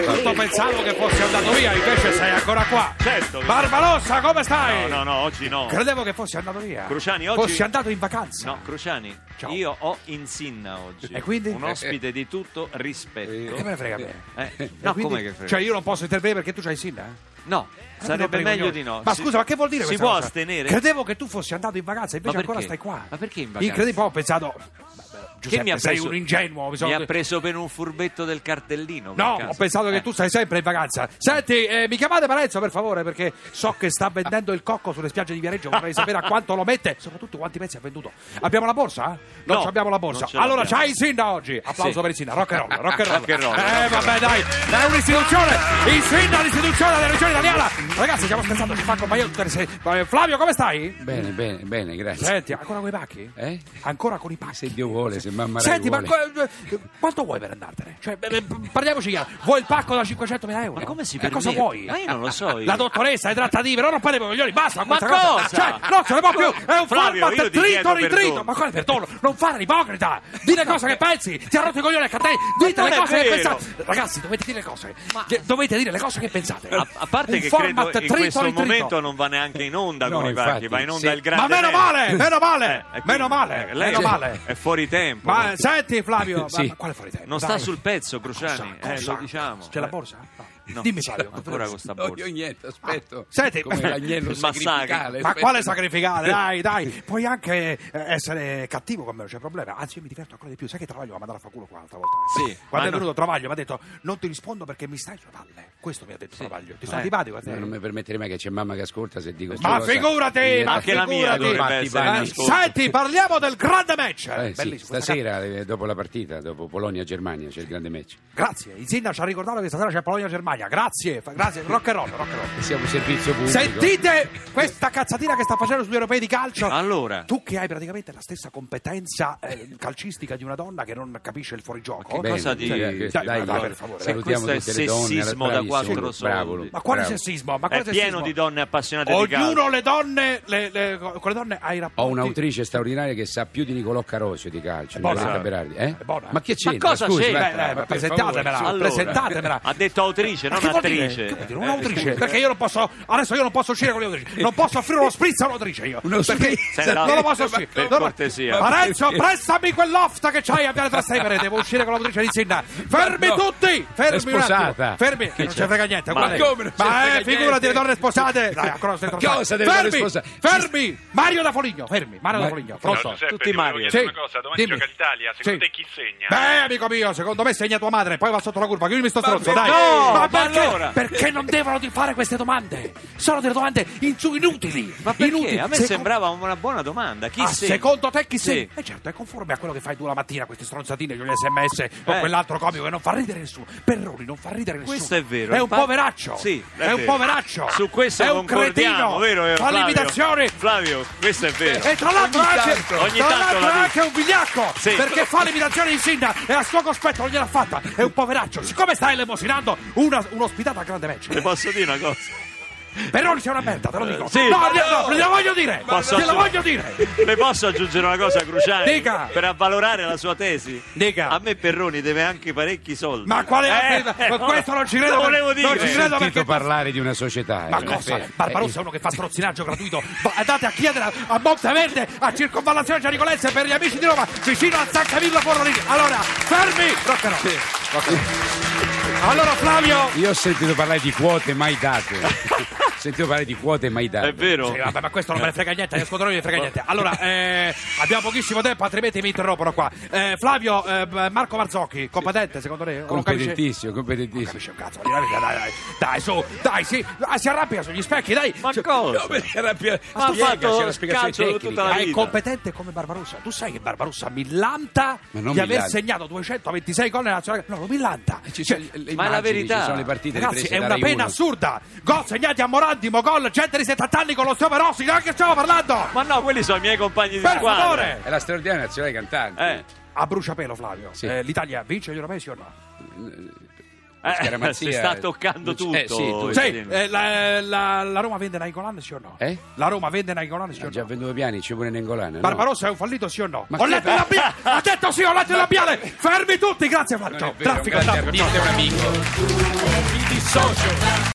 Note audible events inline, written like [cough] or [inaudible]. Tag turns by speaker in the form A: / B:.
A: Io pensavo che fossi andato via, invece sei ancora qua.
B: Certo.
A: Barbarossa, come stai?
B: No, no, no, oggi no.
A: Credevo che fossi andato via.
B: Cruciani, oggi-
A: Fossi andato in vacanza.
B: No, Cruciani,
A: Ciao.
B: io ho Insinna oggi.
A: E quindi?
B: Un ospite di tutto rispetto.
A: Che me ne frega a me?
B: Eh, no,
A: Quindi-
B: come che frega?
A: Cioè, io non posso intervenire perché tu c'hai il sindaco? eh?
B: no, sarebbe meglio di no.
A: Ma
B: Si-
A: scusa, ma che vuol dire
B: Si
A: questa
B: può
A: cosa?
B: astenere?
A: Credevo che tu fossi andato in vacanza, invece
B: Ma
A: ancora
B: perché?
A: stai qua.
B: Ma perché in vacanza?
A: Incredibile, poi ho pensato. Giuseppe,
B: che mi ha
A: sei
B: preso?
A: un ingenuo. mi sono-
B: Mi ha preso per un furbetto del cartellino. per
A: No,
B: caso.
A: ho pensato che
B: Eh.
A: tu stai sempre in vacanza. Senti, eh, mi chiamate Parenzo per favore, perché so che sta vendendo il cocco sulle spiagge di Viareggio.
B: [laughs]
A: Vorrei sapere a quanto lo mette, soprattutto quanti pezzi ha venduto. Abbiamo la borsa? Non
B: No,
A: abbiamo la borsa.
B: non ce
A: Allora
B: l'abbiamo.
A: c'hai il Sinda oggi. Applauso
B: Sì.
A: per il Sinda. Rock and roll, rock and roll.
B: Rock and
A: eh,
B: roll, rock and
A: vabbè, dai, è un'istituzione. Il Sinda è l'istituzione della regione italiana. Ragazzi, stiamo scherzando. Ci fa compagnia tutte le se- Eh, Flavio, come stai?
C: Bene, bene, bene, grazie.
A: Senti, ancora con i pacchi?
C: Eh?
A: Ancora con i pacchi?
C: Se Dio vuole, se mamma Rai
A: Senti, ma
C: vuole.
A: co- eh, quanto vuoi per andartene? Cioè, beh, beh, parliamoci chiaro. Vuoi il pacco da 500.000 euro?
B: Ma come si
A: Eh,
B: permette?
A: cosa vuoi?
B: Ma io non lo so. io.
A: La dottoressa è trattativa, no, non parliamo coglioni, basta
B: Ma
A: questa cosa.
B: cosa?
A: Cioè, non ce ne può più, è un
B: Flavio,
A: format
B: io ti
A: trito
B: chiedo
A: ritrito.
B: perdono.
A: Ma quale perdono? Non fare l'ipocrita, di le cose che pensi, ti ha rotto i coglioni anche a te, dite
B: eh. non
A: le
B: è
A: cose che
B: vero.
A: pensate. Ragazzi, dovete dire le cose, che- dovete dire le cose che pensate.
B: A, a parte
A: Un
B: che
A: format
B: credo in
A: trito
B: questo
A: ritrito.
B: momento non va neanche in onda
C: No,
B: con i
C: infatti,
B: pacchi, va in onda
C: sì.
B: il grande.
A: Ma meno
B: Nero.
A: male, meno
B: Eh,
A: male,
B: e quindi,
A: meno male,
B: eh, lei
A: meno
B: è-
A: male.
B: È fuori tempo.
A: Ma senti Flavio, ma-
C: Sì.
A: ma quale fuori tempo?
B: non sta
A: Dai.
B: sul pezzo, Cruciani.
A: Cosa?
B: eh,
A: Cosa?
B: lo diciamo.
A: C'è la borsa?
B: No.
A: Dimmi Flavio.
B: Ancora con sta
C: No,
B: borsa.
C: io niente, aspetto.
A: Ah, Senti,
C: come
A: ma-
C: l'agnello
B: il massacro.
C: sacrificale.
A: Ma
C: aspetto.
A: quale
B: [laughs]
A: sacrificare? Dai, dai, puoi anche eh, essere cattivo con me, non c'è problema. Anzi, io mi diverto ancora di più. Sai che Travaglio mi ha mandato a fa culo qua l'altra volta?
B: Sì,
A: Quando
B: ma
A: è
B: no.
A: venuto Travaglio mi ha detto non ti rispondo perché mi stai sulle palle. Questo mi ha detto Travaglio. Ti sono
B: Eh.
A: antipatico a te?
C: No, non mi permetterei mai che c'è mamma che ascolta se dico
A: Ma
C: sta cosa.
A: figurati,
C: Eh,
A: ma
B: Anche la mia
A: figurati.
B: dovrebbe
A: Ma-
B: essere in
A: eh,
B: ascolto. [laughs]
A: Senti, parliamo del grande match.
C: eh, sì,
A: Bellissimo,
C: stasera, eh, dopo la partita, dopo Polonia-Germania, c'è il grande match.
A: Grazie, Isinna ci ha ricordato che stasera c'è Polonia-Germania. Grazie, fa- grazie. Rock and roll, rock and roll.
C: Siamo un servizio pubblico.
A: Sentite questa cazzatina che sta facendo sugli europei di calcio.
B: Allora.
A: Tu che hai praticamente la stessa competenza eh, calcistica di una donna che non capisce il fuorigioco.
C: Bene,
B: cosa di-
C: dai,
B: Dai,
C: cioè,
A: dai,
C: dai, dai,
A: per favore,
C: salutiamo
B: dai.
C: tutte
B: Questo è
C: le donne.
B: sessismo da
C: bravissimo,
B: quattro
C: bravo,
B: soldi.
A: Ma quale
C: bravo.
A: sessismo? Ma
B: È
A: quale
B: pieno
A: sessismo?
B: di donne appassionate di calcio.
A: Ognuno le donne, le- le- con le donne hai rapporti.
C: Ho un'autrice straordinaria che sa più di Nicolò Carosio di calcio,
A: buona.
C: Nicoletta Berardi. Eh?
A: È buona. Eh,
C: Ma che
B: Ma
C: c'entra?
B: cosa
C: Scusi,
B: c'entra?
C: ma-
A: Beh, beh,
C: ma per
A: presentatemela,
C: favore,
B: Allora,
A: presentatemela.
B: Ha detto autrice,
A: Ma
B: non
A: che vuol dire?
B: attrice.
A: Che vuol dire?
B: Eh,
A: Un'autrice? perché io non posso. Adesso io non posso uscire con le autrici. Non posso offrire uno Cioè, spritz a un'autrice io.
C: Uno
A: perché
C: spritz?
A: se- non lo posso
B: Ma
C: [laughs]
A: uscire.
B: per
A: Non-
B: cortesia.
A: Lorenzo, prestami quel loft che c'hai a Piale Trastevere. Devo uscire con l'autrice di Sinna. Fermi
C: no.
A: tutti!
C: È
A: Fermi un attimo.
C: sposata.
A: Fermi, che
C: Che
A: non
C: c'è?
A: ci frega niente.
B: Ma
A: guarda.
C: come non ci
A: Ma
C: frega
A: eh, figurati
C: niente?
A: le donne sposate. Dai, ancora sei tornato.
C: Cosa delle donne
A: Fermi,
C: sposate? Ci-
A: Fermi! Mario da Foligno, fermi. Mario da
C: Ma-
A: Foligno,
C: Ciao,
A: pronto.
D: Giuseppe,
B: tutti
D: ti volevo
B: Mario.
D: chiedere
A: Sì.
D: una cosa, domani
A: Dimmi.
D: gioca l'Italia, secondo
A: Sì.
D: te chi segna?
A: Beh, amico mio, secondo me segna tua madre, poi va sotto la curva. Chiudimi sto stronzo, dai.
B: no,
A: ma
B: ma
A: perché,
B: allora?
A: perché non devono di fare queste domande? Sono delle domande insu- inutili.
B: Ma perché?
A: Inutili.
B: A me
A: Secondo-
B: sembrava una buona domanda. Chi
A: Ah,
B: sei?
A: secondo te chi
B: Sì.
A: sei? Eh certo, è conforme a quello che fai tu la mattina, queste stronzatine con gli sms, con
B: Eh.
A: quell'altro comico che non fa ridere nessuno. Perroni non fa ridere nessuno.
B: Questo è vero,
A: È un
B: infatti-
A: poveraccio.
B: Sì,
A: è,
B: è
A: un
B: vero.
A: poveraccio.
B: Su questo
A: è un cretino.
B: concordiamo,
A: Eh.
B: vero? eh,
A: Fa
B: Flavio?
A: l'imitazione
B: Flavio, questo è vero.
A: e tra l'altro
C: Ogni
A: anche,
C: tanto.
B: Ogni
A: tra
B: tanto
A: l'altro
B: la dico.
A: anche un vigliacco
B: Sì.
A: perché fa l'imitazione di Sinda e a suo cospetto non gliel'ha fatta è un poveraccio siccome stai elemosinando una, un'ospitata a grande match
B: Ti posso dire una cosa?
A: Peroni sei una merda te lo dico
B: Sì.
A: no, no, no te lo voglio dire
B: Posso
A: te lo
B: aggiungere-
A: voglio dire
B: Le posso aggiungere una cosa, Cruciani?
A: Dica.
B: Per avvalorare la sua tesi?
A: Dica.
B: A me Perroni deve anche parecchi soldi.
A: ma quale
B: Eh,
A: altra-
B: eh,
A: ma
B: no,
A: questo non ci credo
B: lo
A: per-
B: volevo dire.
A: non ci credo
C: Ho
A: perché
C: sentito parlare di una società.
A: ma
C: eh,
A: cosa?
C: eh,
A: Barbarossa è uno che fa strozzinaggio gratuito. Va- Andate a chiedere a- a Monteverde, a Circonvallazione Gianicolense per gli amici di Roma, vicino a San Camillo Forlorino. Allora, fermi! Rock and roll. Allora, Flavio,
C: Io ho sentito parlare di quote mai date. ho sentito parlare di quote mai date.
B: È vero.
A: Sì, vabbè, ma questo non me ne frega niente, agli ascoltatori non me ne frega niente. Allora, eh, abbiamo pochissimo tempo, altrimenti mi interrompono qua. Eh, Flavio, eh, Marco Marzocchi, competente secondo te? O non capisce?
C: Competentissimo, competentissimo.
A: Capisce un cazzo, dai, dai, dai, dai, dai, su, dai, sì, ah, si arrabbia sugli specchi, dai.
B: Ma cosa? Ma ha
C: Spiegaci,
B: fatto
C: la spiegazione
B: calcio
C: tecnica.
B: tutta la
A: Ma è
B: vita.
A: competente come Barbarossa. Tu sai che Barbarossa millanta
C: Ma
A: di
C: non
A: aver
C: millanta.
A: segnato 226 gol nella nazionale. No, lo millanta.
C: Ci
A: Cioè,
C: sono le- le
B: ma è la
C: immagini,
B: verità.
C: Ci sono le partite
A: Ragazzi,
C: riprese
A: è
C: da
A: una
C: Rai
A: pena
C: Uno.
A: assurda. Gol segnati a Morandimo, gol, gente di 70 anni con lo stioperossi, di che stiamo parlando?
B: Ma no, quelli sono i miei compagni di
A: Per
B: squadra.
A: favore!
C: È la straordinaria nazionale cantante.
B: Eh.
A: A bruciapelo, Flavio.
C: Sì.
A: Eh, L'Italia vince gli europei, sì o no?
B: Eh,
C: Scaramazia-
B: si sta toccando
C: Eh, sì,
B: tutto. Cioè,
C: tu-
A: Sì,
C: Sì,
A: eh, la, la- la Roma vende Nainggolan, sì o no?
C: Eh?
A: La Roma vende Nainggolan, sì o
C: Ha già
A: no?
C: venduto piani, ci vuole Nengolana.
A: Barbarossa è un fallito, sì o no?
C: Ma
A: ho
C: che-
A: letto il labiale! ha detto sì, ho letto il labiale! Fermi tutti, grazie Flavio! Ciao,
C: Traffico,
A: Traffico, traffico.
C: è un amico.
D: social.